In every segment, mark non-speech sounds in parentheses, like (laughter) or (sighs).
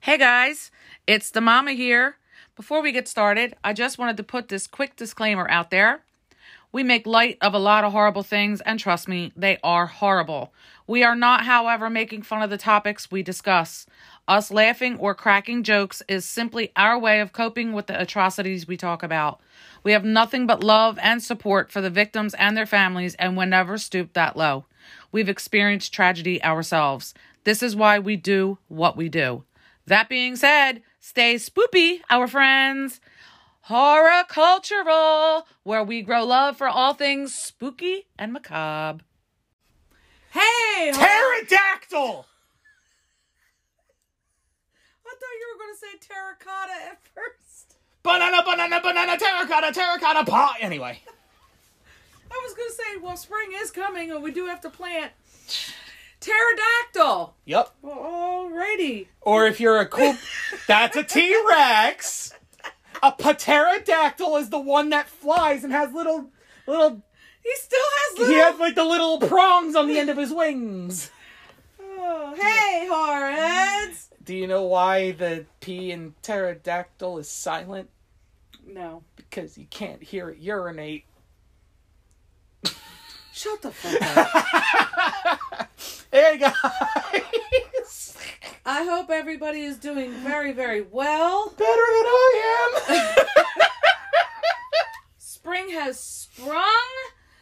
Hey guys, it's the mama here. Before we get started, I just wanted to put this quick disclaimer out there. We make light of a lot of horrible things, and trust me, they are horrible. We are not, however, making fun of the topics we discuss. Us laughing or cracking jokes is simply our way of coping with the atrocities we talk about. We have nothing but love and support for the victims and their families, and we never stoop that low. We've experienced tragedy ourselves. This is why we do what we do. That being said, stay spoopy, our friends. Horticultural, where we grow love for all things spooky and macabre. Hey! hor- Pterodactyl! I thought you were going to say terracotta at first. Banana, banana, banana, terracotta, terracotta, pot. Anyway, I was going to say, well, spring is coming and we do have to plant pterodactyl. yep. Well, alrighty. Or if you're a cool, that's a T Rex. A pterodactyl is the one that flies and has little, little. He still has little. He has like the little prongs on the end of his wings. Oh, hey, horrorheads! Do you know why the P in pterodactyl is silent? No. Because you can't hear it urinate. (laughs) Shut the fuck (laughs) up. Hey guys, (laughs) I hope everybody is doing very, very well. better than I am. (laughs) Spring has sprung.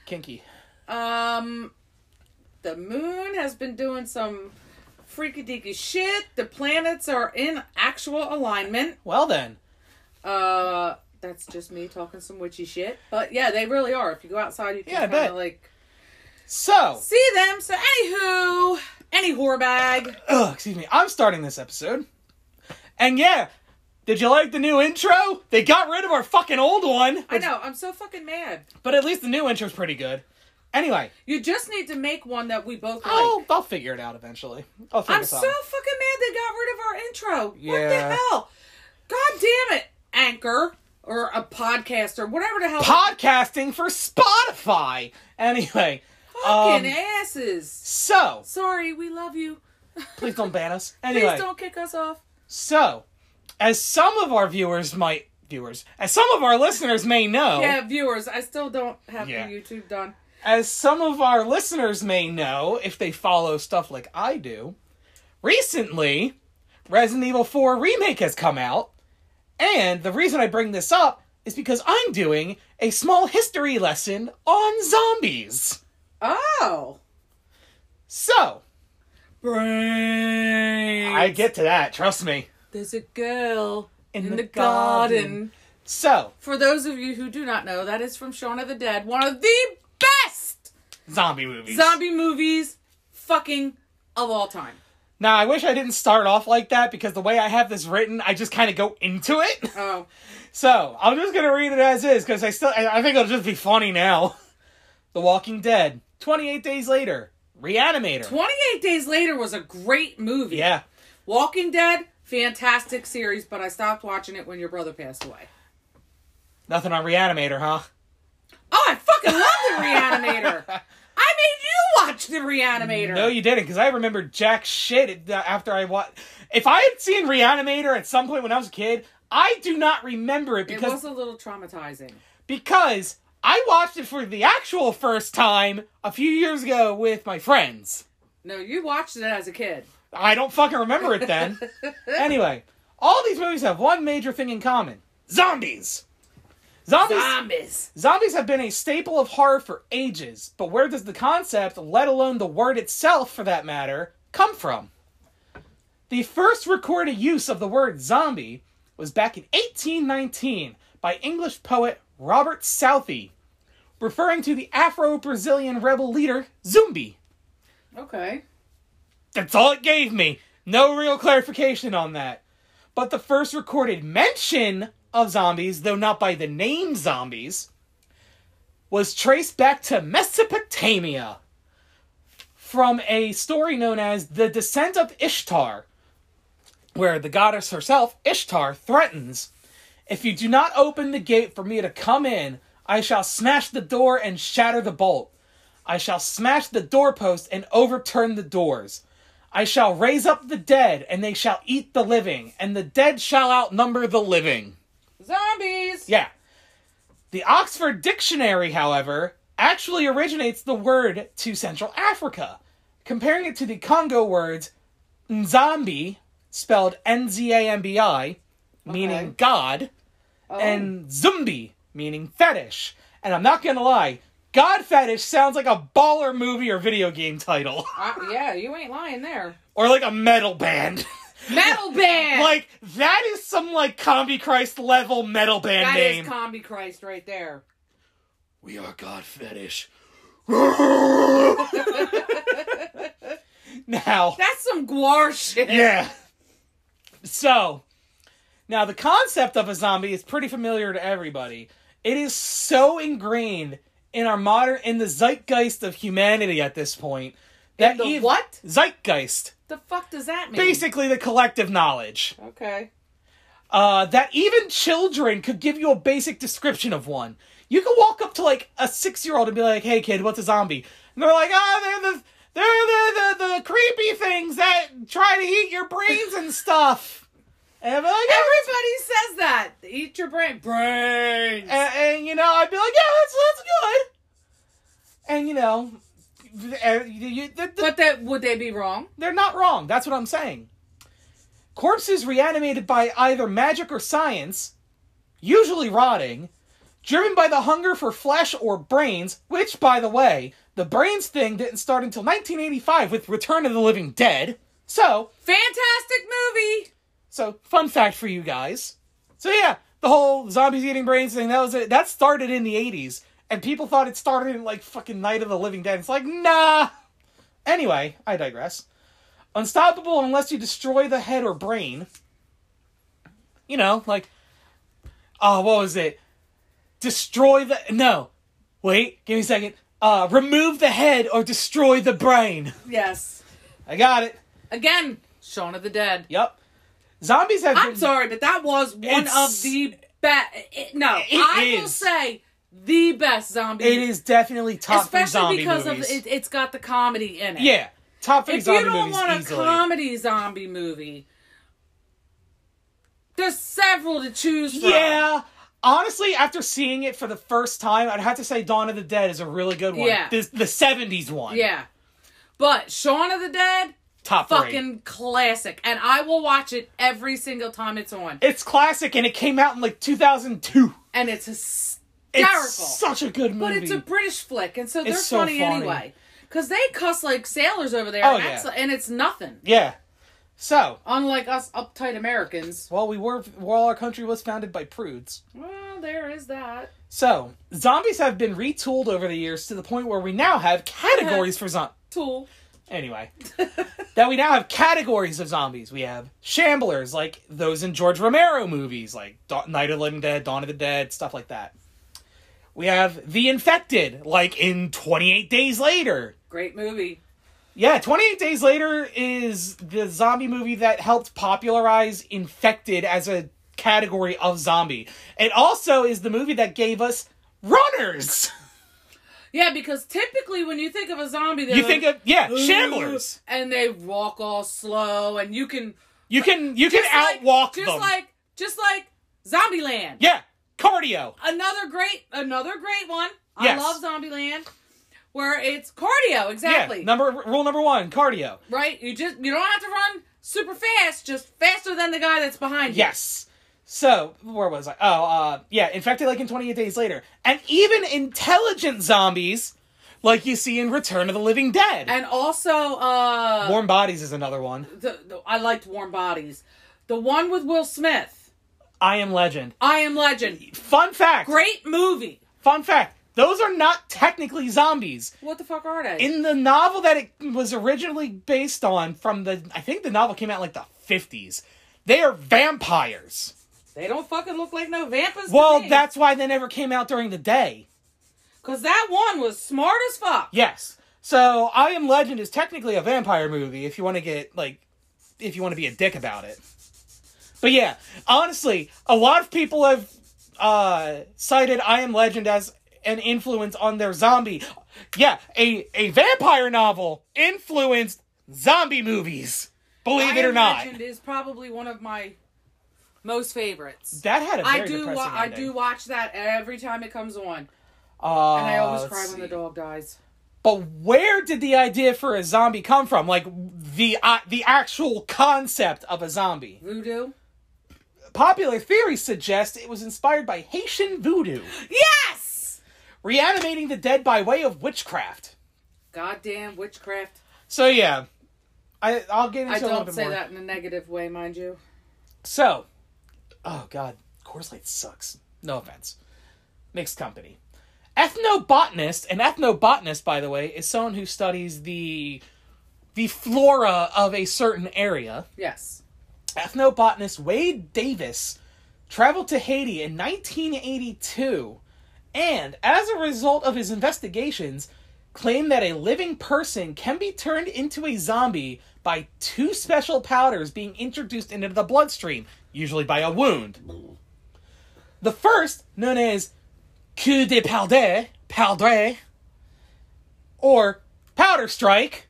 Kinky. Um, the moon has been doing some freaky deaky shit. The planets are in actual alignment. Well then. Uh, that's just me talking some witchy shit. But yeah, they really are. If you go outside, you can Yeah, I kind bet. of like So, see them. So, anywho, any whore bag. Ugh, excuse me. I'm starting this episode. And yeah, did you like the new intro? They got rid of our fucking old one. I know. I'm so fucking mad. But at least the new intro's pretty good. Anyway, You just need to make one that we both like. I'll, I'll figure it out eventually. I'll figure I'm this so Oh, out. fucking mad they got rid of our intro. What the Yeah. hell? God damn it, Anchor or a podcast or whatever the hell. Podcasting for Spotify. Anyway, Fucking Um, asses. so Sorry, we love you. please don't ban us. Please Anyway, don't kick us off. so as some of our viewers might viewers, as some of our listeners may know, Yeah, viewers, I still don't have Oh. Yeah. the YouTube done. As some of our listeners may know, if they follow stuff like I do, recently Resident Evil 4 Remake has come out. And the reason I bring this up is because I'm doing a small history lesson on zombies. Oh. So, Brains. I get to that, trust me. There's a girl in, In the, the garden. garden. So, For those of you who do not know, that is from Shaun of the Dead, one of the best zombie movies. zombie movies fucking of all time. now, I wish I didn't start off like that because the way I have this written, I just kind of go into it. (laughs) Oh. So I'm just gonna read it as is because I still I I think it'll just be funny now. (laughs) The Walking Dead, 28 days later, Reanimator. 28 Days Later was a great movie. yeah, Walking Dead, fantastic series, but I stopped watching it when your brother passed away. nothing on Reanimator, huh? Oh, I fucking (laughs) love the Reanimator. I made you watch the Reanimator. No, you didn't, because I remember jack shit uh, after I watched. If I had seen Reanimator at some point when I was a kid, I do not remember it it because was a little traumatizing. because I watched it for the actual first time a few years ago with my friends. No, you watched it as a kid. I don't fucking remember it then. anyway, all these movies have one major thing in common: zombies. Zombies. Zombies. zombies have been a staple of horror for ages, but where does the concept, let alone the word itself for that matter, come from? The first recorded use of the word zombie was back in 1819 by English poet Robert Southey, referring to the Afro-Brazilian rebel leader Zumbi. Okay. That's all it gave me. No real clarification on that. But the first recorded mention of zombies, though not by the name zombies, was traced back to Mesopotamia from a story known as The Descent of Ishtar, where the goddess herself, Ishtar, threatens If you do not open the gate for me to come in, I shall smash the door and shatter the bolt. I shall smash the doorpost and overturn the doors. I shall raise up the dead, and they shall eat the living, and the dead shall outnumber the living. Zombies. Yeah. The Oxford Dictionary, however, actually originates the word to Central Africa, comparing it to the Congo words nzambi, spelled N Z A M B I, meaning Okay. God, and zumbi, meaning fetish. And I'm not gonna lie, God Fetish sounds like a baller movie or video game title, (laughs) Uh, yeah, you ain't lying there. or like a metal band. (laughs) Metal band. like, that is some like Combi Christ level metal band that name. is Combi Christ right there. We are God fetish. (laughs) now, That's some guar shit. yeah. So, now the concept of a zombie is pretty familiar to everybody. It is so ingrained in our modern, in the zeitgeist of humanity at this point. That the ev- what? Zeitgeist. The fuck does that mean? Basically, the collective knowledge. Okay. uh, that even children could give you a basic description of one. You could walk up to like a six year old and be like, "Hey kid, what's a zombie?" And they're like, "Ah, they're the they're the, the the creepy things that try to eat your brains and stuff." And I'd be like, "Yeah." Everybody says that. Eat your brain. Brains. and, and, you know, I'd be like, "Yeah, that's that's good." And you know, th- uh, you- you- th- th- but that would they be wrong? they're not wrong. That's what I'm saying. Corpses reanimated by either magic or science, usually rotting, driven by the hunger for flesh or brains, which, by the way, the brains thing didn't start until 1985 with Return of the Living Dead. So, Fantastic movie. so fun fact for you guys. So yeah, the whole zombies eating brains thing that was it. That started in the 80s, and people thought it started in like fucking Night of the Living Dead. It's like nah. Anyway, I digress. Unstoppable unless you destroy the head or brain. You know, like, oh, what was it? Destroy the no. Wait, give me a second. Uh, remove the head or destroy the brain. Yes. I got it. Again, Shaun of the Dead. Yep. Zombies have. I'm been- sorry, but that was one It's- of the best. No, It I will is. say the best zombie. It is definitely top three especially zombie because movies. of it, it's got the comedy in it. yeah, top three If you zombie don't movies want a easily. comedy zombie movie, there's several to choose from. yeah, honestly, after seeing it for the first time, I'd have to say Dawn of the Dead is a really good one. Yeah. the, the '70s one. Yeah. But Shaun of the Dead, top three. fucking classic. And I will watch it every single time it's on. It's classic, and it came out in like 2002. And it's hysterical. It's such a good But movie. it's a British flick, and so they're so funny, funny. anyway. Because they cuss like sailors over there, Oh, and, that's, yeah. and it's nothing. yeah. So, Unlike us uptight Americans. well, we were while our country was founded by prudes. Well, there is that. So, zombies have been retooled over the years to the point where we now have categories Uh-huh. for zombies. Tool. Anyway, (laughs) that we now have categories of zombies. We have shamblers, like those in George Romero movies, like da- Night of the Living Dead, Dawn of the Dead, stuff like that. We have the infected, like in 28 Days Later. Great movie. Yeah, 28 Days Later is the zombie movie that helped popularize infected as a category of zombie. It also is the movie that gave us runners. Yeah, because typically when you think of a zombie, they're You like, think of, yeah, "Ooh," shamblers. and they walk all slow, and you can You can you can like- outwalk just them. like just like Zombieland. yeah, cardio. Another great, another great one. Yes. I love Zombieland, where it's cardio exactly. Yeah, number rule number one, cardio. right? You just you don't have to run super fast, just faster than the guy that's behind you. Yes. So where was I? Oh, uh, yeah, infected like in 28 days later, and even intelligent zombies, like you see in Return of the Living Dead. And also, uh, Warm Bodies is another one. the, the, I liked Warm Bodies. The one with Will Smith, I Am Legend. I Am Legend. Fun fact. Great movie. Fun fact. Those are not technically zombies. What the fuck are they? In the novel that it was originally based on, from the I think the novel came out in like the 50s. They are vampires. they don't fucking look like no vampires. Well, that's why they never came out during the day. because that one was smart as fuck. Yes. So I Am Legend is technically a vampire movie if you want to get like if you want to be a dick about it. But yeah, honestly, a lot of people have uh cited I Am Legend as an influence on their zombie. Yeah, a a vampire novel influenced zombie movies. Believe I it or Am not, Legend is probably one of my most favorites. that had a very I do. depressing Wa- I ending. do watch that every time it comes on, and Uh, I always let's cry when see. the dog dies. But where did the idea for a zombie come from? Like the uh, the actual concept of a zombie. Voodoo. Popular theory suggests it was inspired by Haitian voodoo, Yes. reanimating the dead by way of witchcraft. Goddamn witchcraft. So yeah, I I'll get into I a little don't bit say more. that in a negative way, mind you. So, oh god, Coors Light sucks. No offense. Mixed company. Ethnobotanist, an ethnobotanist, by the way, is someone who studies the the flora of a certain area. Yes. Ethnobotanist Wade Davis traveled to Haiti in 1982 and, as a result of his investigations, claimed that a living person can be turned into a zombie by two special powders being introduced into the bloodstream, usually by a wound. The first, known as coup de powder, powder, or powder strike,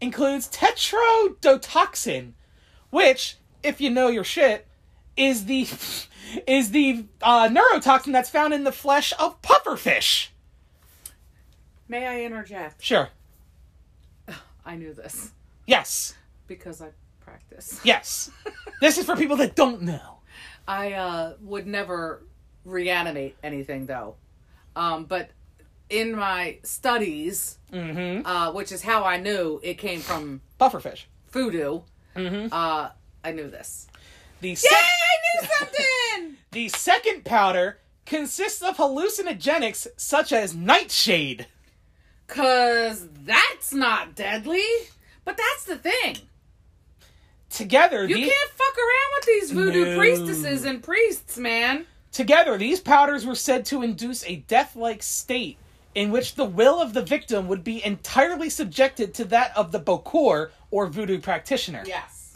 includes tetrodotoxin, which, if you know your shit, is the (laughs) is the uh, neurotoxin that's found in the flesh of pufferfish. May I interject? Sure. I knew this Yes. because I practice. (laughs) Yes. this is for people that don't know. I uh, would never reanimate anything though. Um, but in my studies, Hmm? uh, which is how I knew it came from Pufferfish. voodoo, uh, I knew this. The sec- I knew something! (laughs) the second powder consists of hallucinogenics such as nightshade. Because that's not deadly. But that's the thing. Together, You the- can't fuck around with these voodoo No. priestesses and priests, man. Together, these powders were said to induce a death like state in which the will of the victim would be entirely subjected to that of the Bokor or voodoo practitioner. Yes.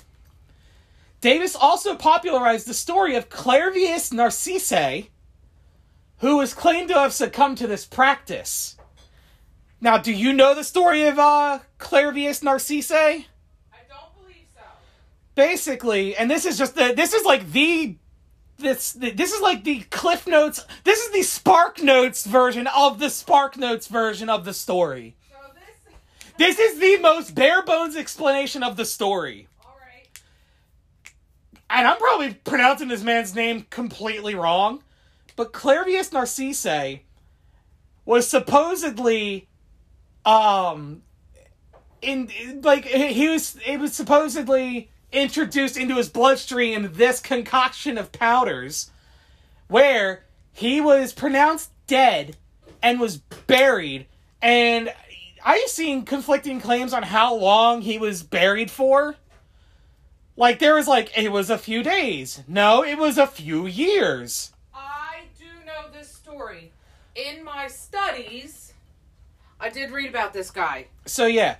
Davis also popularized the story of Clairvius Narcisse, who was claimed to have succumbed to this practice. Now, do you know the story of uh, Clairvius Narcisse? I don't believe so. basically, and this is just the this is like the this this is like the cliff notes. This is the spark notes version of the spark notes version of the story. So this. This is the most bare bones explanation of the story. Alright. And I'm probably pronouncing this man's name completely wrong, but Clairvius Narcisse was supposedly um in like he was it was supposedly introduced into his bloodstream this concoction of powders where he was pronounced dead and was buried and i've seen conflicting claims on how long he was buried for like there was like it was a few days no it was a few years I do know this story. In my studies, I did read about this guy. so yeah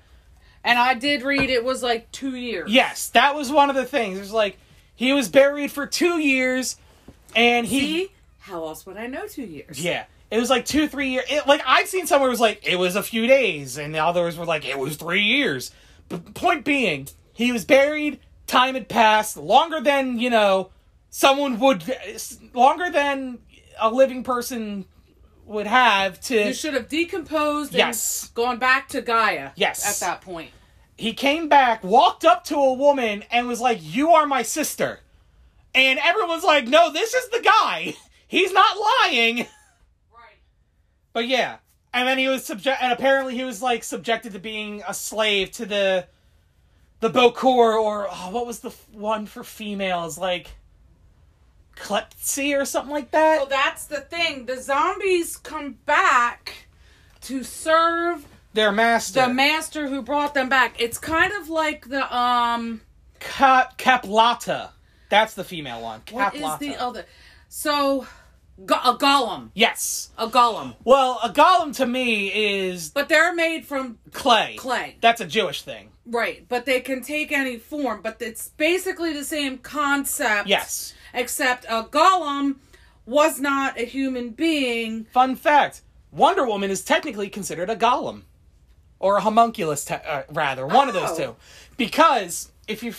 And I did read it was like two years. Yes, that was one of the things. It was like he was buried for two years, and he See? How else would I know two years? yeah, it was like two three years. It, like I've seen somewhere it was like it was a few days, and the others were like it was three years. But point being, he was buried. Time had passed longer than you know someone would longer than a living person would have to You should have decomposed Yes. and gone back to Gaia. Yes. At that point. he came back, walked up to a woman, and was like, You are my sister. And everyone's like, No, this is the guy. (laughs) He's not lying. (laughs) Right. But yeah. And then he was subject, and apparently he was like subjected to being a slave to the, the Bokor or oh, what was the f- one for females like, Klepsi or something like that. So that's the thing. The zombies come back to serve Their master, the master who brought them back. It's kind of like the um Ka- Kaplata. That's the female one. What Kaplata. is the other? So, go- a golem, yes. a golem, Well, a golem to me is but they're made from clay. Clay. That's a Jewish thing. right. But they can take any form. But it's basically the same concept. Yes. Except a golem was not a human being. Fun fact: Wonder Woman is technically considered a golem, or a homunculus, te- uh, rather, one of those Oh. two. Because if you,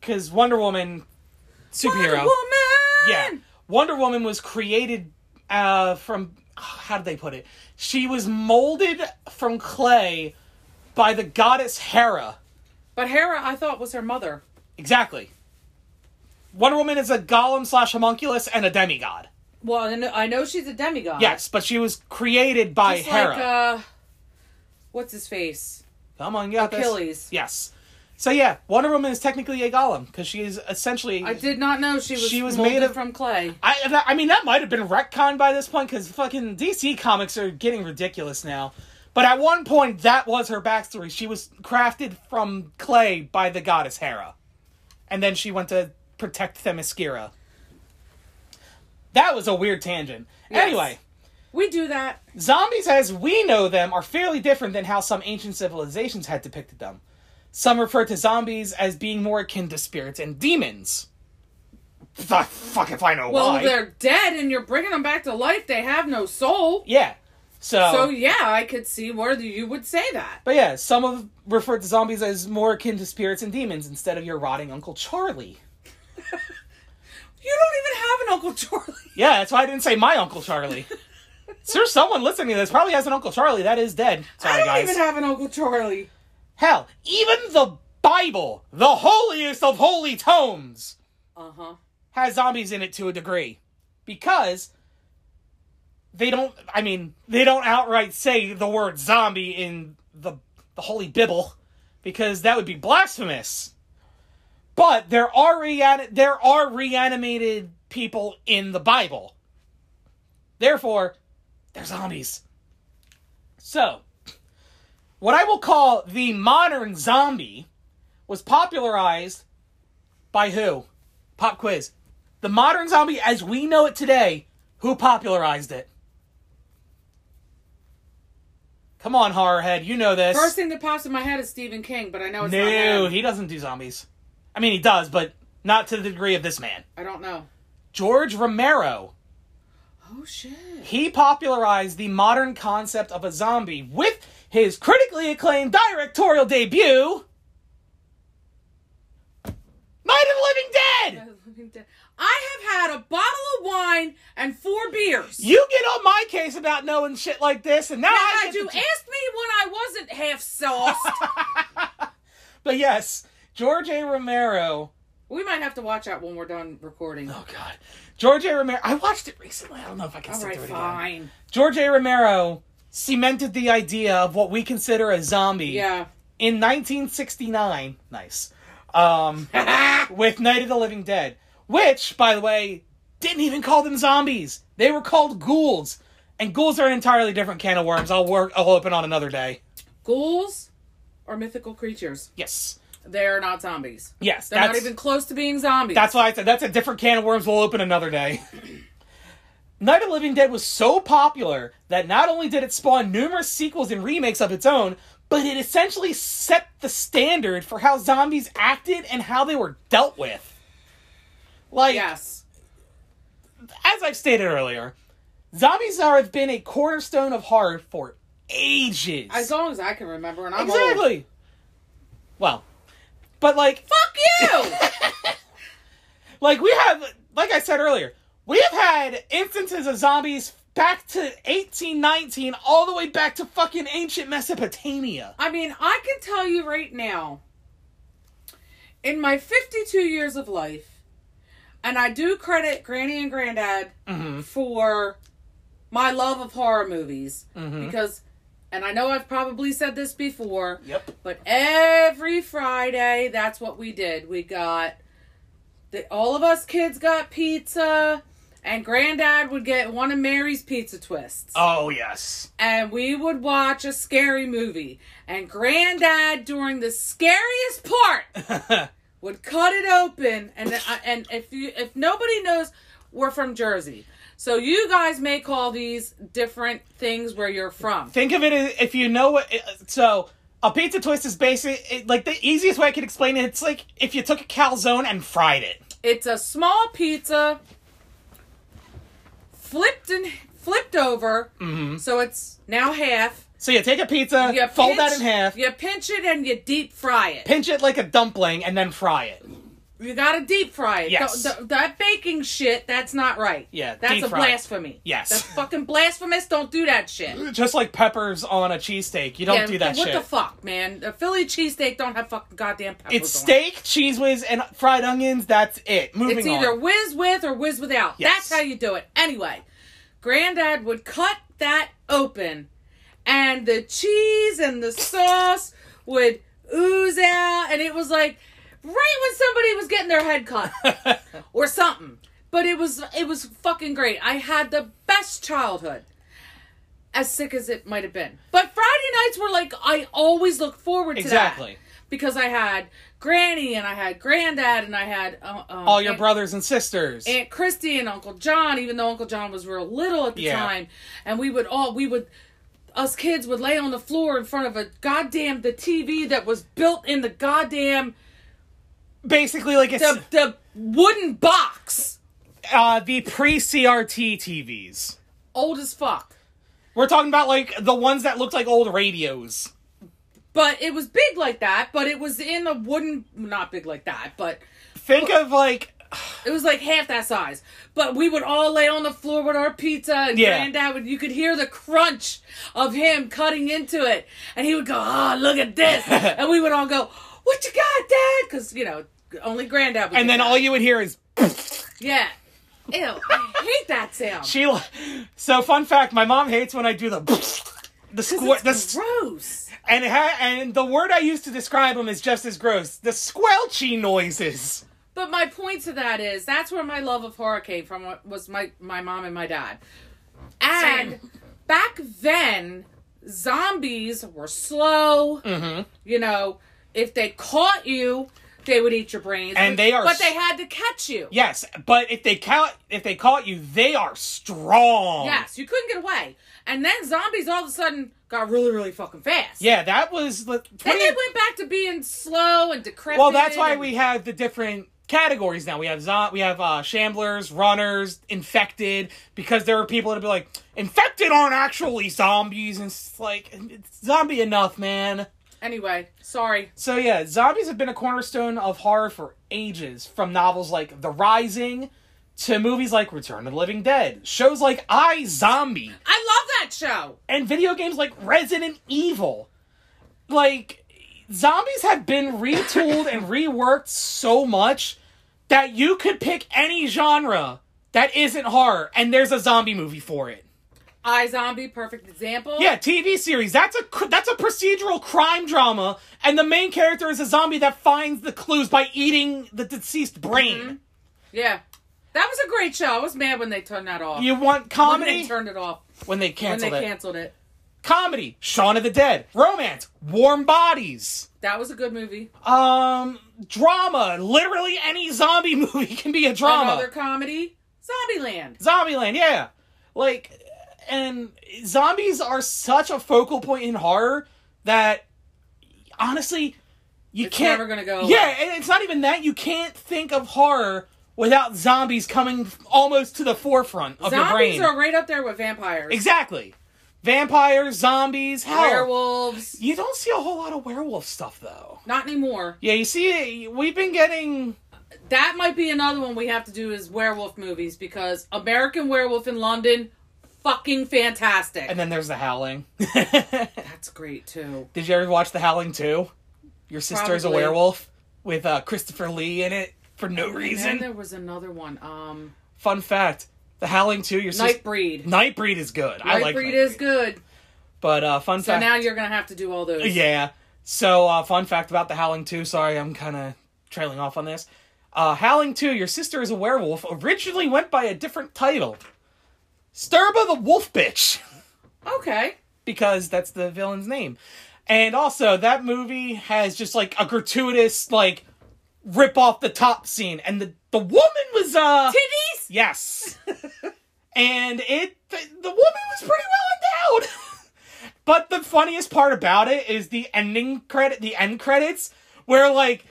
because Wonder Woman, superhero, Wonder Woman! yeah, Wonder Woman was created uh, from how did they put it? She was molded from clay by the goddess Hera. But Hera, I thought, was her mother. Exactly. Wonder Woman is a golem slash homunculus and a demigod. Well, I know, I know she's a demigod. Yes, but she was created by Just Hera. like, uh, what's his face? Come on, you got this. Achilles. Yes. So yeah, Wonder Woman is technically a golem because she is essentially. I did not know she was. She was molded made of- from clay. I, and I- I mean, that might have been retconned by this point because fucking DC comics are getting ridiculous now. But at one point, that was her backstory. She was crafted from clay by the goddess Hera. And then she went to protect Themyscira. That was a weird tangent. Yes. Anyway, We do that. Zombies as we know them are fairly different than how some ancient civilizations had depicted them. Some refer to zombies as being more akin to spirits and demons. The fuck if I know Well, why. they're dead, and you're bringing them back to life. They have no soul. Yeah. So, So yeah, I could see where you would say that. but yeah, some of refer to zombies as more akin to spirits and demons instead of your rotting Uncle Charlie. You don't even have an Uncle Charlie. (laughs) Yeah, that's why I didn't say my Uncle Charlie. So there's someone listening to this probably has an Uncle Charlie that is dead. I Sorry, don't guys. even have an Uncle Charlie. Hell, even the Bible, the holiest of holy tomes, Uh huh. has zombies in it to a degree because they don't i mean they don't outright say the word zombie in the the holy bible because that would be blasphemous but there are reani- there are reanimated people in the bible therefore they're zombies so what i will call the modern zombie was popularized by who pop quiz the modern zombie as we know it today, who popularized it? Come on, horror head, you know this. First thing that pops in my head is Stephen King, but I know it's not no, him. he doesn't do zombies. I mean, he does, but not to the degree of this man. I don't know. George Romero. Oh shit. (laughs) He popularized the modern concept of a zombie with his critically acclaimed directorial debut, Night of the Living Dead. I have had a bottle of wine and four beers. You get on my case about knowing shit like this, and now, Now, I had get you to- asked me when I wasn't half (laughs) sauced, But yes, George A. Romero. we might have to watch out when we're done (gasps) recording. Oh God, George A. Romero. I watched it recently. I don't know if I can All sit right, through it again. fine. George A. Romero cemented the idea of what we consider a zombie Yeah. in 1969. Nice. (laughs) Um, with Night of the Living Dead, which, by the way, didn't even call them zombies. They were called ghouls, and ghouls are an entirely different can of worms. I'll work. I'll open on another day. Ghouls are mythical creatures. Yes. They're not zombies. Yes. They're that's- not even close to being zombies. That's why I said that's a different can of worms. We'll open another day. Night of the Living Dead was so popular that not only did it spawn numerous sequels and remakes of its own, but it essentially set the standard for how zombies acted and how they were dealt with. Like, yes. as I've stated earlier, zombies are, have been a cornerstone of horror for ages. As long as I can remember, and I'm old. exactly. Well, but like, Fuck you! Like we have, like I said earlier, we have had instances of zombies back to 1819, all the way back to fucking ancient Mesopotamia. I mean, I can tell you right now, in my 52 years of life, and I do credit Granny and Granddad Mm-hmm. for my love of horror movies Mm-hmm. because, and I know I've probably said this before, Yep. but every Friday, that's what we did. We got the, all of us kids got pizza, and Granddad would get one of Mary's pizza twists Oh yes. (laughs) and we would watch a scary movie. And Granddad, during the scariest (laughs) part, would cut it open. And uh, and if you if nobody knows, we're from Jersey, so you guys may call these different things where you're from. Think of it as if you know what. So a pizza twist is basic. It, like the easiest way I could explain it, it's like if you took a calzone and fried it. It's a small pizza, flipped and flipped over, so it's now half. So you take a pizza, You Mm-hmm. fold pinch- that in half, You pinch it and you deep fry it. pinch it like a dumpling, and then fry it. You gotta deep fry it. Yes. Th- th- that baking shit, that's not right. Yeah, That's deep a fry it. blasphemy. Yes. That's fucking blasphemous. Don't do that shit. Just like peppers on a cheesesteak. You don't Yeah, do that what shit. the fuck, man? A Philly cheesesteak don't have fucking goddamn peppers it's on it. steak, cheese whiz, and fried onions. That's it. Moving It's either on. whiz with or whiz without. Yes. That's how you do it. Anyway, Granddad would cut that open, and the cheese and the sauce would ooze out, and it was like right when somebody was getting their head (laughs) cut or something. But it was it was fucking great. I had the best childhood. As sick as it might have been. But Friday nights were like I always look forward to that. Exactly. Because I had Granny and I had Granddad and I had uh, um, All your Aunt- brothers and sisters. Aunt Christy and Uncle John, even though Uncle John was real little at the Yeah. time, and we would all we would us kids would lay on the floor in front of a goddamn the TV that was built in the goddamn Basically, like it's the, the wooden box, uh, the pre-CRT TVs. old as fuck. We're talking about like the ones that looked like old radios. But it was big like that. But it was in a wooden, not big like that, but Think of like It was like half that size. But we would all lay on the floor with our pizza and Yeah. granddad would you could hear the crunch of him cutting into it. And he would go, Oh, look at (laughs) this and we would all go, What you got, Dad? Because, you know, only granddad would and do then that. all you would hear is Yeah. Ew, I hate that sound. Sheila. So fun fact, my mom hates when I do the the squirt the It's s- gross. and it ha- and the word I use to describe them is just as gross. The squelchy noises. But my point to that is that's where my love of horror came from was my my mom and my dad. And back then, zombies were slow. Mm-hmm. You know, if they caught you, they would eat your brains. And they are but s- they had to catch you. Yes, but if they caught if they caught you, they are strong. Yes, you couldn't get away. And then zombies all of a sudden got really, really fucking fast. Yeah, that was the Then they 20 went back to being slow and decrepit. Well, that's why and- we have the different categories now. We have zo- we have uh, shamblers, runners, infected, because there are people that'll be like, infected aren't actually zombies, and it's like it's zombie enough, man. Anyway, sorry. So yeah, zombies have been a cornerstone of horror for ages, from novels like The Rising to movies like Return of the Living Dead, shows like I Zombie, I love that show. and video games like Resident Evil. Like, zombies have been retooled and reworked so much that you could pick any genre that isn't horror, and there's a zombie movie for it. I Zombie, perfect example. Yeah, TV series. That's a cr- that's a procedural crime drama, and the main character is a zombie that finds the clues by eating the deceased brain. Yeah. That was a great show. I was mad when they turned that off. You want when comedy they turned it off. when they When they canceled it. canceled it. Comedy, Shaun of the Dead, romance, Warm Bodies. That was a good movie. Um, drama. Literally any zombie (laughs) movie can be a Another drama. comedy, Zombieland. Zombieland, yeah. Like, and zombies are such a focal point in horror that honestly, you It's can't. never gonna go away. Yeah, and it's not even that. You can't think of horror without zombies coming f- almost to the forefront of your Zombies brain. are right up there with vampires. exactly. Vampires, zombies, hell. Werewolves. You don't see a whole lot of werewolf stuff though. Not anymore. Yeah, you see, we've been getting That might be another one we have to do is werewolf movies because American Werewolf in London, fucking fantastic. And then there's The Howling. (laughs) That's great too. Did you ever watch The Howling 2? Your sister's a Probably. werewolf with uh, Christopher Lee in it for no reason. And then there was another one. Um, Fun fact The Howling 2, your sister. Nightbreed. Nightbreed is good. I like Nightbreed is good. But uh, fun So fact. now you're gonna have to do all those. (laughs) Yeah. So, uh, fun fact about The Howling 2. Sorry, I'm kind of trailing off on this. Uh, Howling 2, Your Sister is a Werewolf, originally went by a different title Sturba the Wolf Bitch. (laughs) Okay. because that's the villain's name. And also, that movie has just like a gratuitous like rip off the top scene, and the the woman was uh Titties. yes, and it the, the woman was pretty well endowed. (laughs) but the funniest part about it is the ending credit, the end credits, where like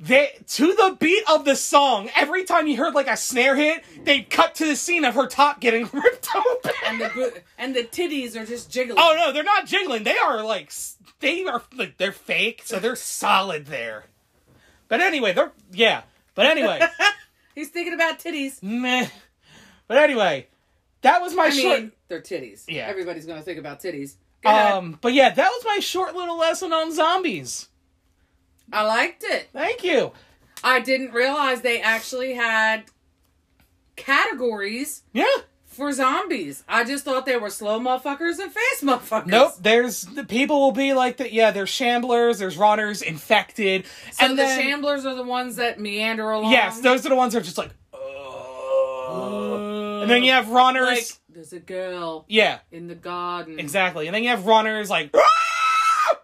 They to the beat of the song. Every time you heard like a snare hit, they cut to the scene of her top getting (laughs) ripped open. and the bo- and the titties are just jiggling. Oh no, they're not jiggling. They are like s- they are like they're fake, so they're solid there. But anyway, they're yeah. But (laughs) anyway, He's thinking about titties. meh. But anyway, that was my I short. mean, they're titties. Yeah. everybody's gonna think about titties. Go ahead. Um, but yeah, that was my short little lesson on zombies. I liked it. Thank you. I didn't realize they actually had categories Yeah. for zombies. I just thought they were slow motherfuckers and fast motherfuckers. Nope. There's the people will be like that. Yeah, there's shamblers, there's runners, infected, So and the um, then shamblers are the ones that meander along. yes, those are the ones that are just like, Uh, and then you have runners. like there's a girl yeah, in the garden. exactly. And then you have runners like,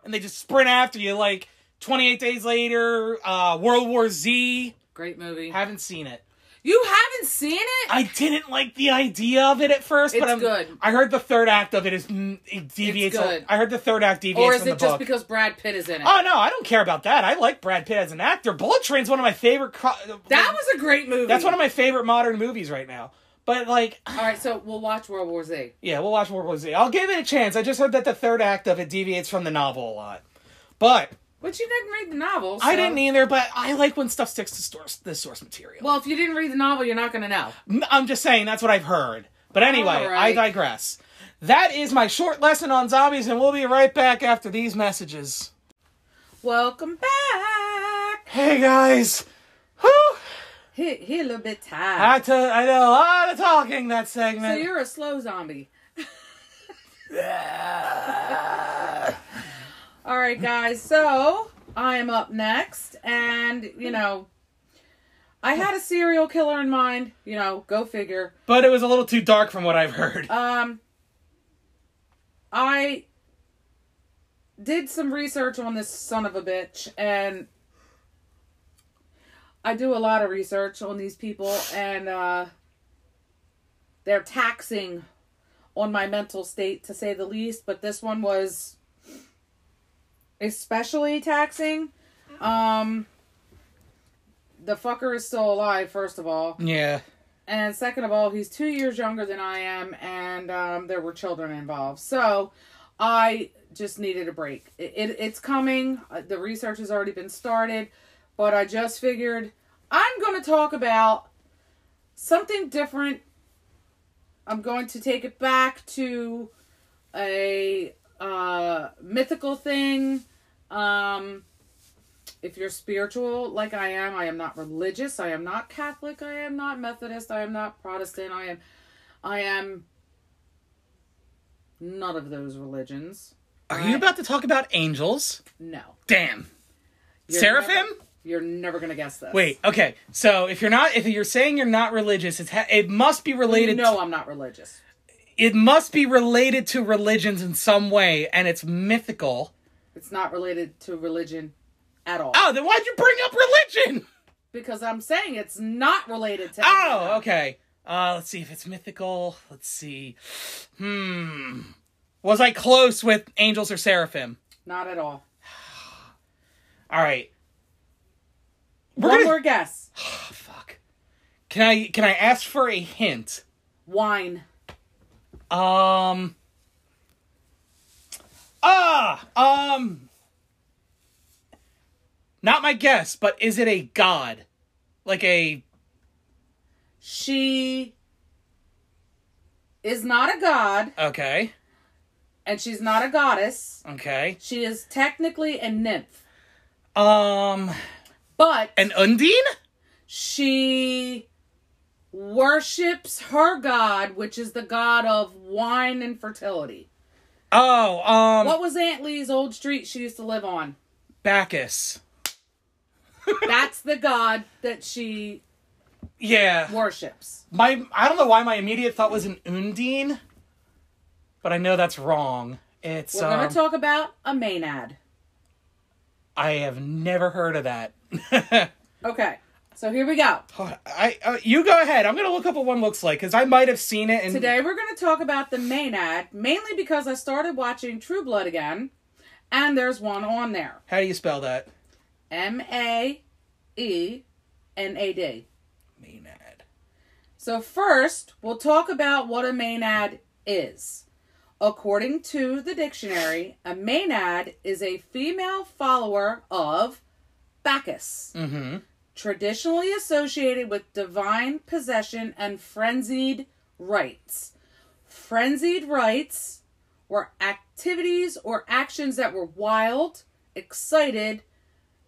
and they just sprint after you. Like 28 days later, uh, World War Z. Great movie. Haven't seen it. you haven't seen it? I didn't like the idea of it at first, but It's I'm, good. I heard the third act of it is mm, it deviates. a- good. I heard the third act deviates or is from it the just book. because Brad Pitt is in it? Oh no, I don't care about that. I like Brad Pitt as an actor. Bullet Train's one of my favorite. Co- that was a great movie. that's one of my favorite modern movies right now. But like, All right, so we'll watch World War Z. yeah, we'll watch World War Z. I'll give it a chance. I just heard that the third act of it deviates from the novel a lot, but But you didn't read the novel. I so- didn't e- either. But I like when stuff sticks to source the source material. Well, if you didn't read the novel, you're not going to know. N- I'm just saying that's what I've heard. But anyway, All right. I digress. That is my short lesson on zombies, and we'll be right back after these messages. Welcome back. Hey guys, Whew. He, he a little bit I tired. had to- I did a lot of talking that so segment. you're a slow zombie. All right, guys. So I am up next, and you know, I had a serial killer in mind. You know, go figure. (laughs) but it was a little too dark from what I've heard. (laughs) Um, I did some research on this son of a bitch, and I do a lot of research on these people, and uh, they're taxing on my mental state to say the least. But this one was especially taxing. Um, the fucker is still alive, first of all. (laughs) yeah. And second of all, he's two years younger than I am, and um, there were children involved. So I just needed a break. It, it, it's coming. Uh, The research has already been started, but I just figured I'm going to talk about something different. I'm going to take it back to a uh, mythical thing. Um, if you're spiritual like I am, I am not religious, I am not Catholic, I am not Methodist, I am not Protestant, I am I am none of those religions. Are you about to talk about angels? No. Damn. You're Seraphim? never- you're never gonna guess this. Wait, okay. So if you're not, if you're saying you're not religious, it's ha- it must be You related. know I'm not religious. it must be related to religions in some way, and it's mythical. It's not related to religion at all. Oh, then why'd you bring up religion? Because I'm saying it's not related to Oh, okay. Uh, let's see if it's mythical. Let's see. Hmm. Was I close with angels or seraphim? Not at all. All right. We're One gonna- more guess. Oh, (sighs) fuck. Can I can I ask for a hint? Wine. Um. Ah. Um. Not my guess, but is it a god, like a She is not a god, okay, and she's not a goddess. okay, She is technically a nymph, um, but an undine? she worships her god, which is the god of wine and fertility. Oh, um, What was Aunt Lee's old street she used to live on? Bacchus. That's the god that she Yeah. worships. My I don't know why my immediate thought was an undine, but I know that's wrong. It's We're going um, to talk about a maenad. I have never heard of that. (laughs) Okay, so here we go. I, I uh, you go ahead. I'm gonna look up what one looks like because I might have seen it. And Today we're going to talk about the maenad, mainly because I started watching True Blood again, and there's one on there. how do you spell that? M A E and A D. Maynard. So, first, we'll talk about what a maenad is. According to the dictionary, a maenad is a female follower of Bacchus, Mm-hmm. traditionally associated with divine possession and frenzied rites. Frenzied rites were activities or actions that were wild, excited,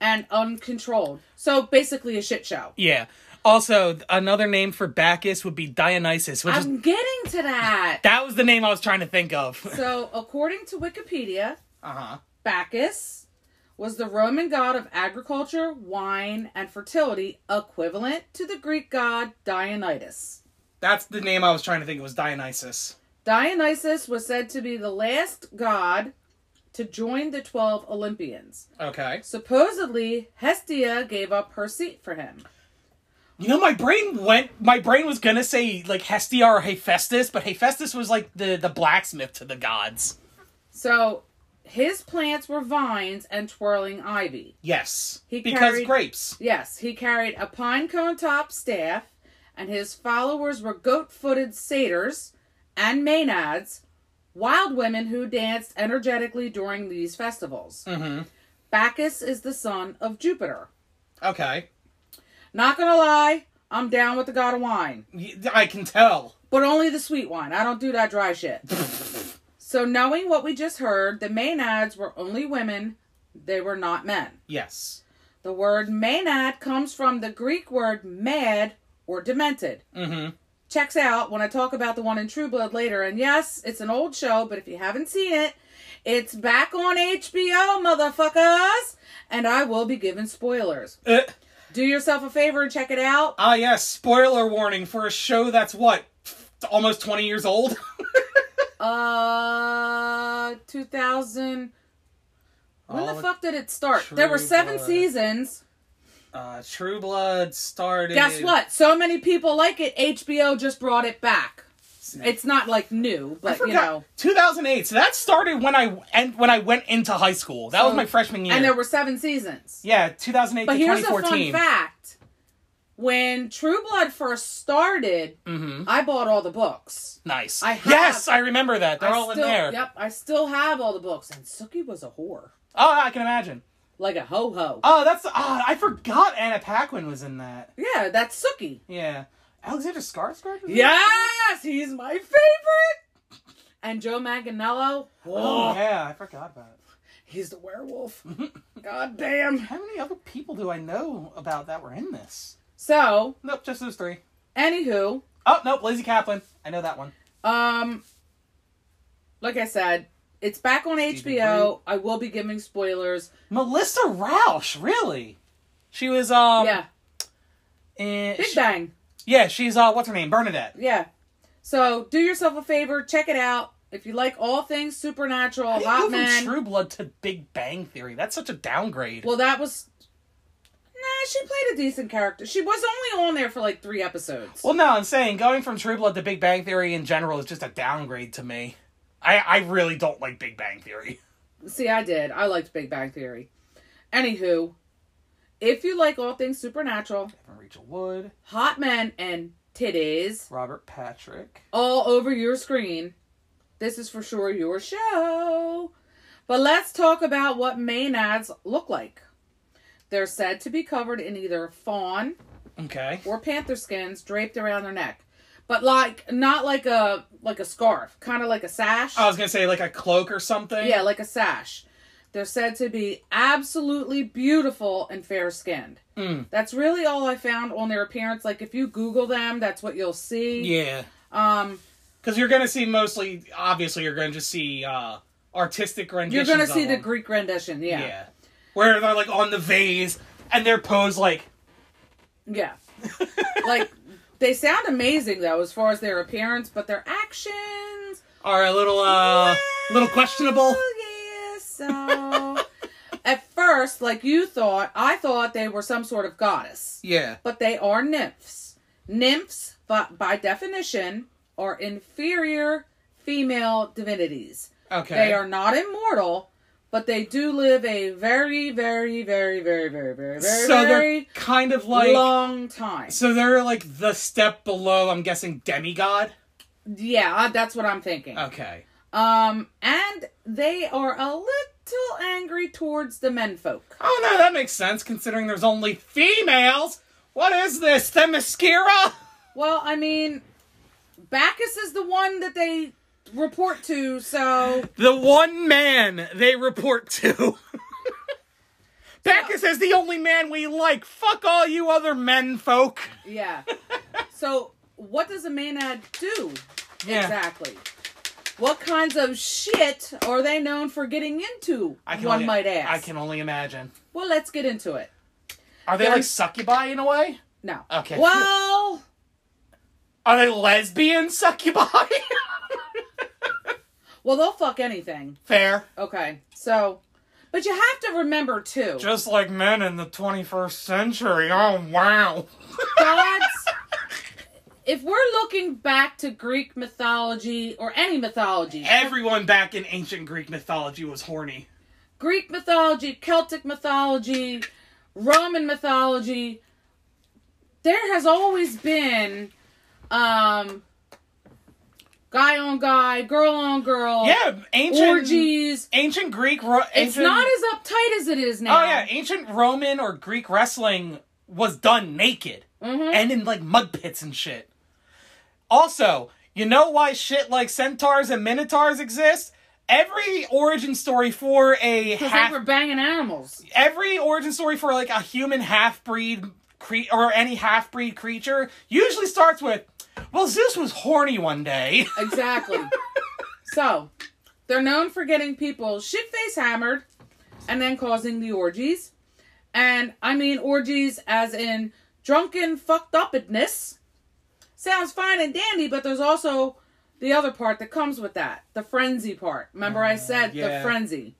and uncontrolled. So, basically, a shit show. Yeah. Also, th- another name for Bacchus would be Dionysus, which is I'm getting to that. that was the name I was trying to think of. (laughs) So, according to Wikipedia, Uh huh. Bacchus was the Roman god of agriculture, wine, and fertility, equivalent to the Greek god Dionysus. That's the name I was trying to think. It was Dionysus. Dionysus was said to be the last god to join the 12 Olympians. Okay. Supposedly, Hestia gave up her seat for him. You know, my brain went. My brain was gonna say like Hestia or Hephaestus, but Hephaestus was like the the blacksmith to the gods. So, his plants were vines and twirling ivy. Yes. He because carried- grapes. Yes, he carried a pine cone top staff, and his followers were goat footed satyrs and maenads, wild women who danced energetically during these festivals. Mm-hmm. Bacchus is the son of Jupiter. Okay. Not gonna lie, I'm down with the god of wine, Y- I can tell. but only the sweet wine. I don't do that dry shit. so, knowing what we just heard, the maenads were only women, they were not men. Yes. The word maenad comes from the Greek word mad or demented. Mm-hmm. Checks out when I talk about the one in True Blood later. And yes, it's an old show, but if you haven't seen it, it's back on HBO, motherfuckers. And I will be giving spoilers. Uh, Do yourself a favor and check it out. ah, yes. Spoiler warning for a show that's what almost twenty years old. Uh, 2000. When All the fuck did it start? Oh, True There were seven Blood. seasons. Uh, True Blood started. Guess what? So many people like it, HBO just brought it back. It's not like new, I but you forgot- know. 2008. So that started when I and when I went into high school. That was So- my freshman year. And there were seven seasons. yeah, 2008 But to here's a fun 2014. fact. When True Blood first started, Mm-hmm. I bought all the books. Nice. I have- yes, I remember that. They're I all still, in there. Yep, I still have all the books. And Suki was a whore. Oh, I can imagine. Like a ho ho. Oh, that's. Oh, I forgot Anna Paquin was in that. yeah, that's Suki. Yeah. Alexander Skarsgård. was in that? Yes, he's my favorite. And Joe Manganiello. Oh, Oh, yeah. I forgot about it. he's the werewolf. God damn. How many other people do I know about that were in this? So, Nope, just those three. anywho, Oh, nope, Lizzie Kaplan. I know that one. Um, like I said, it's back on Stephen HBO. I will be giving spoilers. Melissa Rausch, really? She was um yeah, eh, Big she- Bang. yeah, she's uh what's her name? Bernadette. Yeah. So do yourself a favor, check it out. If you like all things supernatural, How do you go hot from men. True Blood to Big Bang Theory. That's such a downgrade. Well, that was. Nah, she played a decent character. She was only on there for like three episodes. Well, no, I'm saying going from True Blood to Big Bang Theory in general is just a downgrade to me. I I really don't like Big Bang Theory. See, I did. I liked Big Bang Theory. Anywho, if you like all things supernatural, Rachel Wood, hot men, and titties, Robert Patrick. all over your screen. This is for sure your show. But let's talk about what maenads look like. They're said to be covered in either fawn Okay. or panther skins draped around their neck. But like not like a like a scarf, kind of like a sash. I was gonna say like a cloak or something. yeah, like a sash. They're said to be absolutely beautiful and fair skinned. Mm. That's really all I found on their appearance. Like if you Google them, that's what you'll see. Yeah. Um Because you're gonna see mostly, obviously, you're gonna just see uh, artistic you're renditions. gonna of see the them. Greek rendition, Yeah. yeah. Where they're like on the vase and they're posed like Yeah. like they sound amazing though as far as their appearance, but their actions are a little uh little questionable. Oh yeah, so at first, like you thought, I thought they were some sort of goddess. Yeah. But they are nymphs. Nymphs but by definition are inferior female divinities. Okay. They are not immortal, but they do live a very, very, very, very, very, very, very, so they're very kind of like long time. so they're like the step below. I'm guessing demigod. Yeah, I- that's what I'm thinking. Okay. Um, and they are a little angry towards the menfolk. Oh no, that makes sense considering there's only females. What is this, Themyscira? Well, I mean, Bacchus is the one that they report to, so The one man they report to. Bacchus is the only man we like. Fuck all you other men folk. (laughs) yeah. so, what does a maenad do Yeah. exactly? What kinds of shit are they known for getting into? one only- might ask. I can only imagine. Well, let's get into it. Are they They're- like succubi in a way? No. Okay. Well, Are they lesbian succubi? (laughs) well, they'll fuck anything. Fair. Okay. So, but you have to remember too. Just like men in the 21st century. Oh, wow. gods if we're looking back to greek mythology or any mythology Everyone back in ancient Greek mythology was horny. greek mythology celtic mythology roman mythology there has always been um guy on guy girl on girl Yeah, ancient orgies ancient Greek. Ro- it's ancient- not as uptight as it is now Oh yeah, ancient Roman or Greek wrestling was done naked Mhm. and in like mud pits and shit. Also, you know why shit like centaurs and minotaurs exist? Every origin story for a because half- they were banging animals every origin story for like a human half breed cre- or any half breed creature usually starts with, "Well, Zeus was horny one day." (laughs) Exactly. so, they're known for getting people shit face hammered and then causing the orgies. And I mean orgies as in drunken fucked upness. Sounds fine and dandy, but there's also the other part that comes with that the frenzy part. Remember, I said Mm, yeah. the frenzy.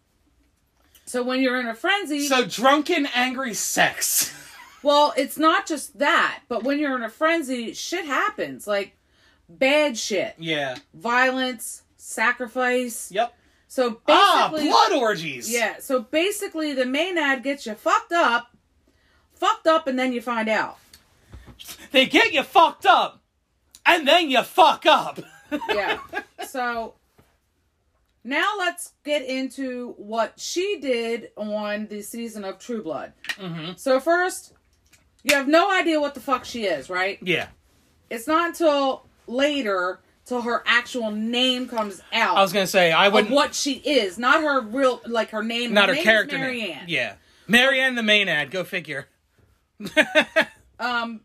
So, when you're in a frenzy, so drunken, angry sex. (laughs) well, it's not just that, but when you're in a frenzy, shit happens like bad shit, Yeah. violence, sacrifice. Yep. So basically, Ah, blood orgies. yeah. So basically, the maenad gets you fucked up, fucked up, and then you find out. They get you fucked up, and then you fuck up. (laughs) Yeah. so now let's get into what she did on the season of True Blood. Mm-hmm. So first, you have no idea what the fuck she is, right? Yeah. It's not until later till her actual name comes out. I was gonna say I of wouldn't. what she is, not her real, like her name, Not her name's character Mary name. Ann. Yeah. Marianne the main ad. Go figure. Um,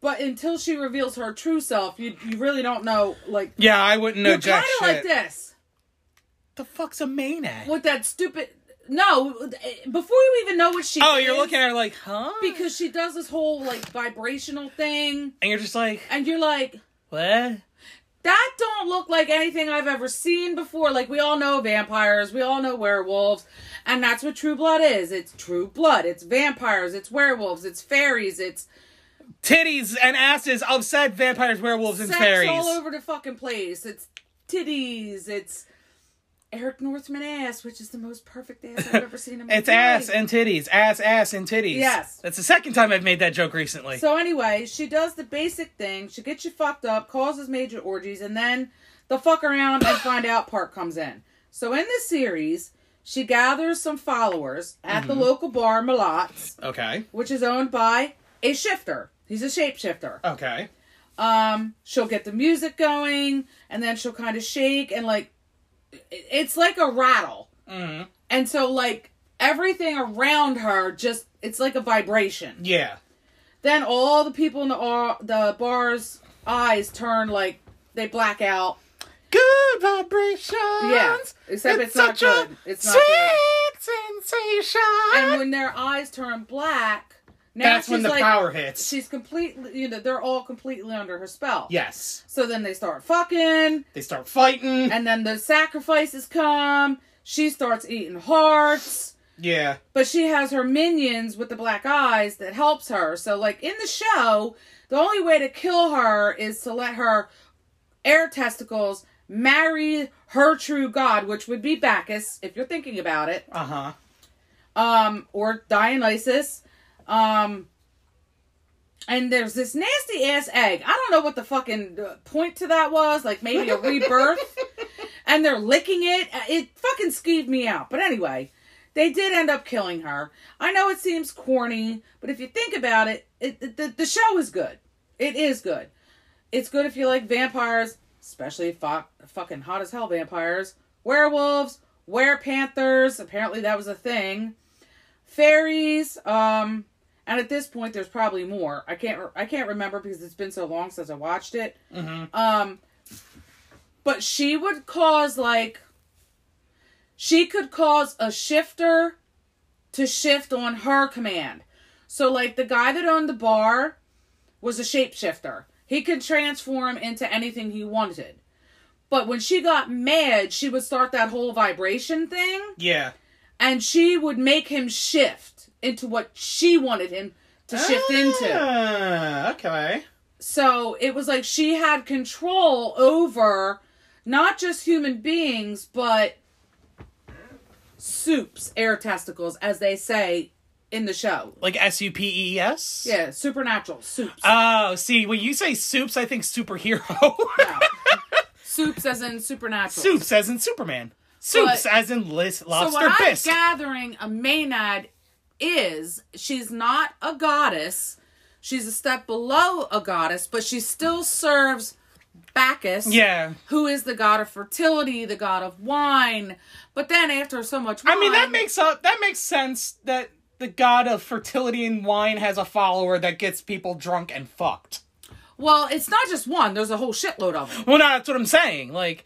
but until she reveals her true self, you you really don't know. Like Yeah, I wouldn't know you're jack kind shit. of like this The fuck's a main ad? with that stupid. No, before you even know what she. Oh, you're is, looking at her like, huh? because she does this whole like vibrational thing, and you're just like, and you're like, what? that don't look like anything I've ever seen before. Like we all know vampires, we all know werewolves, and that's what True Blood is. It's True Blood. It's vampires. It's werewolves. It's fairies. It's Titties and asses of said vampires, werewolves, and sex fairies. all over the fucking place. It's titties. It's Eric Northman ass, which is the most perfect ass I've ever seen in my (laughs) it's life. ass and titties, ass, ass, and titties. Yes. That's the second time I've made that joke recently. So anyway, she does the basic thing. She gets you fucked up, causes major orgies, and then the fuck around and find out part comes in. So in this series, she gathers some followers at Mm-hmm. the local bar Malats, okay. which is owned by a shifter. He's a shapeshifter. Okay. um she'll get the music going and then she'll kind of shake and like it- it's like a rattle hmm and so like everything around her just it's like a vibration Yeah. then all the people in the ar- the bar's eyes turn like they black out Good vibrations. yeah except it's, not such a good it's not good sensation. and when their eyes turn black now That's she's when the like power hits. she's completely you know they're all completely under her spell yes. so then they start fucking They start fighting. And then the sacrifices come. She starts eating hearts. yeah. But she has her minions with the black eyes that helps her. So, like in the show, the only way to kill her is to let her air testicles marry her true god, which would be Bacchus, if you're thinking about it, Uh huh. um, or Dionysus. Um, and there's this nasty ass egg. I don't know what the fucking uh, point to that was. Like maybe a rebirth. and they're licking it. Uh, It fucking skeeved me out. But anyway, they did end up killing her. I know it seems corny, but if you think about it, it, it the, the show is good. It is good. It's good if you like vampires, especially fo- fucking hot as hell vampires, werewolves, werepanthers. Apparently that was a thing. Fairies. Um, and at this point, there's probably more. I can't. Re- I can't remember because it's been so long since I watched it. Um, but she would cause like. She could cause a shifter to shift on her command. So like the guy that owned the bar was a shapeshifter. He could transform into anything he wanted. But when she got mad, she would start that whole vibration thing Yeah. and she would make him shift into what she wanted him to shift into. Ah, Okay. So it was like she had control over not just human beings, but soups, air testicles, as they say in the show. Like S U P E S? Yeah, supernatural soups. Oh, see, when you say soups, I think superhero. (laughs) No. (laughs) soups as in supernatural. soups as in Superman. Soups But- as in lis- So lobster what I'm bisque. gathering, a Maenad is she's not a goddess. She's a step below a goddess, but she still serves Bacchus, yeah. who is the god of fertility, the god of wine. But then after so much wine, I mean that makes up that makes sense that the god of fertility and wine has a follower that gets people drunk and fucked. well, it's not just one. There's a whole shitload of them. Well, no, that's what I'm saying. Like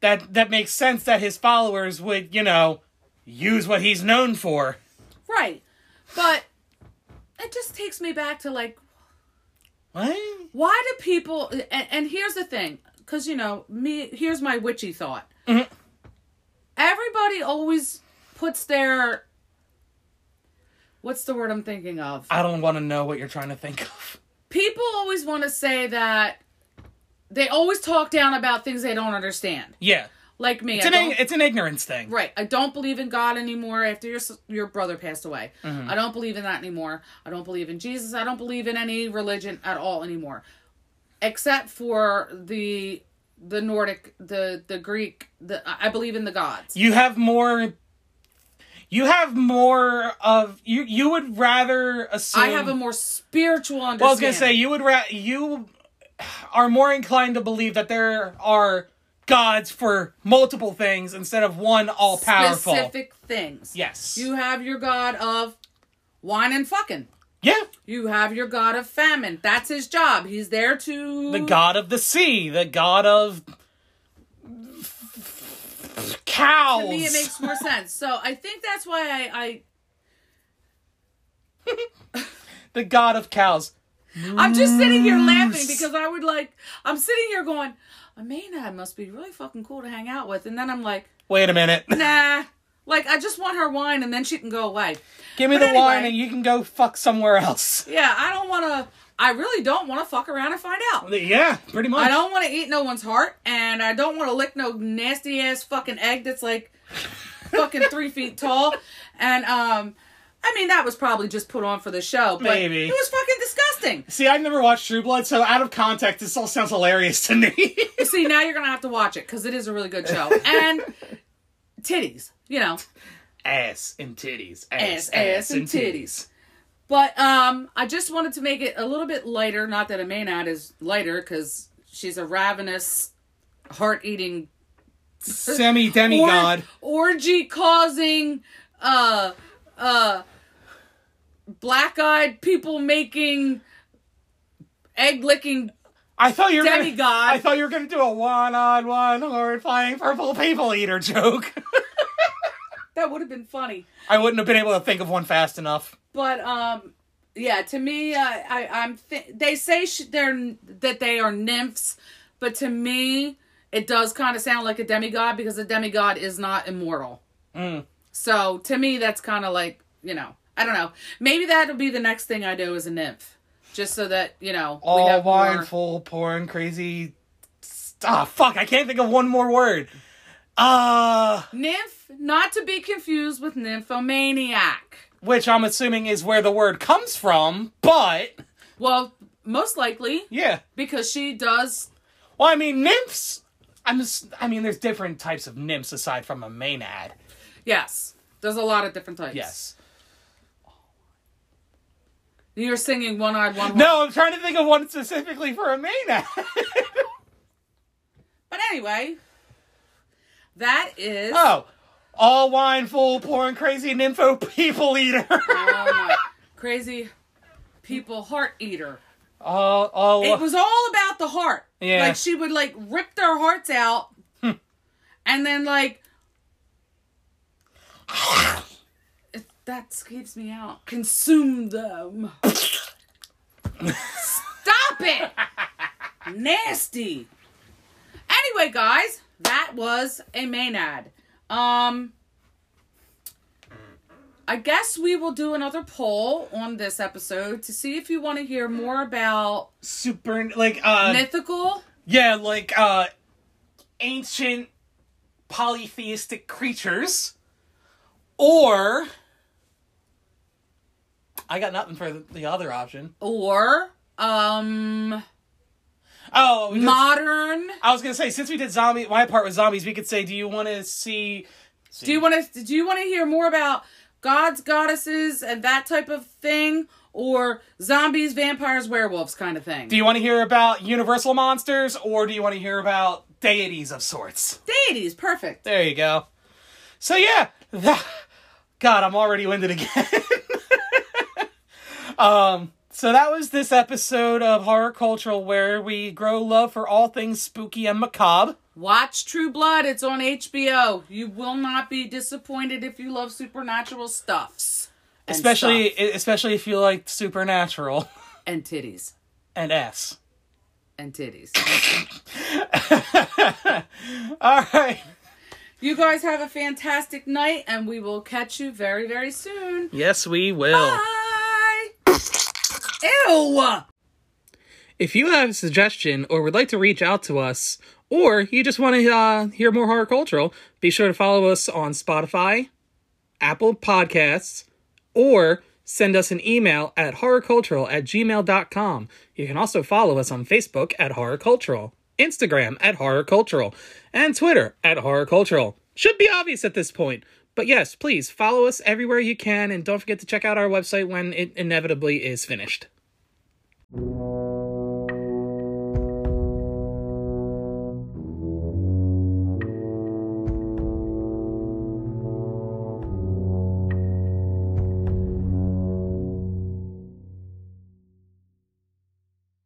that that makes sense that his followers would, you know, use what he's known for. Right. But it just takes me back to like What? why do people and, and here's the thing because you know me here's my witchy thought everybody always puts their what's the word i'm thinking of I don't want to know what you're trying to think of. people always want to say that they always talk down about things they don't understand Yeah. like me It's I an, ig- don't- it's an ignorance thing. Right. I don't believe in God anymore after your s- your brother passed away. Mm-hmm. I don't believe in that anymore. I don't believe in Jesus. I don't believe in any religion at all anymore. Except for the the Nordic, the the Greek, the I I believe in the gods. You have more you have more of you you would rather assume I have a more spiritual understanding. Well, I was gonna say you would ra- you are more inclined to believe that there are gods for multiple things instead of one all powerful. specific things. Yes. You have your god of wine and fucking. yeah, You have your god of famine. That's his job. He's there to the god of the sea, the god of cows. to me it makes more sense. So I think that's why I, I the god of cows. I'm just sitting here laughing because I would like I'm sitting here going, I mean that must be really fucking cool to hang out with and then I'm like, Wait a minute. nah. Like I just want her wine and then she can go away. (laughs) Give me the But anyway. wine and you can go fuck somewhere else. (laughs) Yeah, I don't wanna I really don't wanna fuck around and find out. Yeah, pretty much. I don't wanna eat no one's heart and I don't wanna lick no nasty ass fucking egg that's like fucking three feet tall. And um I mean that was probably just put on for the show, but it Maybe. was fucking disgusting. See, I've never watched True Blood, so out of context, this all sounds hilarious to me. (laughs) See, now you're gonna have to watch it because it is a really good show. And titties, you know. ass and titties. Ass, ass, and titties. But um, I just wanted to make it a little bit lighter. Not that a Maynard is lighter because she's a ravenous, heart-eating, Semi demigod. orgy-causing, uh, uh, black-eyed people-making, egg-licking. I thought you were Demigod. Gonna, I thought you were gonna do a one-on-one horrifying purple people eater joke. (laughs) That would have been funny. I wouldn't have been able to think of one fast enough. but um yeah to me uh, i i'm th- they say sh- they're that they are nymphs but to me it does kind of sound like a demigod because a demigod is not immortal Mm. so to me that's kind of like you know i don't know maybe that'll be the next thing i do as a nymph just so that you know All more- wine, full, porn, crazy, s- Ah, fuck! I can't think of one more word. Uh, Nymph, not to be confused with nymphomaniac. which I'm assuming is where the word comes from, but Well, most likely yeah. because she does. Well, I mean, nymphs. I'm just. I mean, there's different types of nymphs aside from a maenad. Yes, there's a lot of different types. Yes. You're singing one eyed, one. No, I'm trying to think of one specifically for a maenad. (laughs) But anyway, that is. oh, all wine, full, porn, crazy, nympho, people eater. (laughs) Um, crazy people heart eater. all, all. It was all about the heart. Yeah. Like she would like rip their hearts out and then like It- that escapes me out. Consume them. Stop it. Nasty. Anyway, guys, that was a maenad. Um I guess we will do another poll on this episode to see if you want to hear more about super like uh mythical yeah like uh ancient polytheistic creatures or i got nothing for the- the other option or um oh we just- modern i was gonna say since we did zombie my part was zombies we could say do you want to see do you want to do you want to hear more about gods goddesses and that type of thing or zombies vampires werewolves kind of thing do you want to hear about universal monsters or do you want to hear about deities of sorts deities perfect there you go so yeah that- god i'm already winded again (laughs) um so that was this episode of horror cultural where we grow love for all things spooky and macabre watch true blood it's on hbo you will not be disappointed if you love supernatural stuffs and especially stuff, especially if you like supernatural (laughs) and titties and s and titties all right you guys have a fantastic night and we will catch you very very soon yes we will Bye. Ew. If you have a suggestion or would like to reach out to us, or you just want to uh, hear more horticultural, be sure to follow us on Spotify, Apple Podcasts, or send us an email at horticultural at gmail.com. You can also follow us on Facebook at horticultural, Instagram at horticultural, and Twitter at horticultural. Should be obvious at this point. But yes, please follow us everywhere you can, and don't forget to check out our website when it inevitably is finished.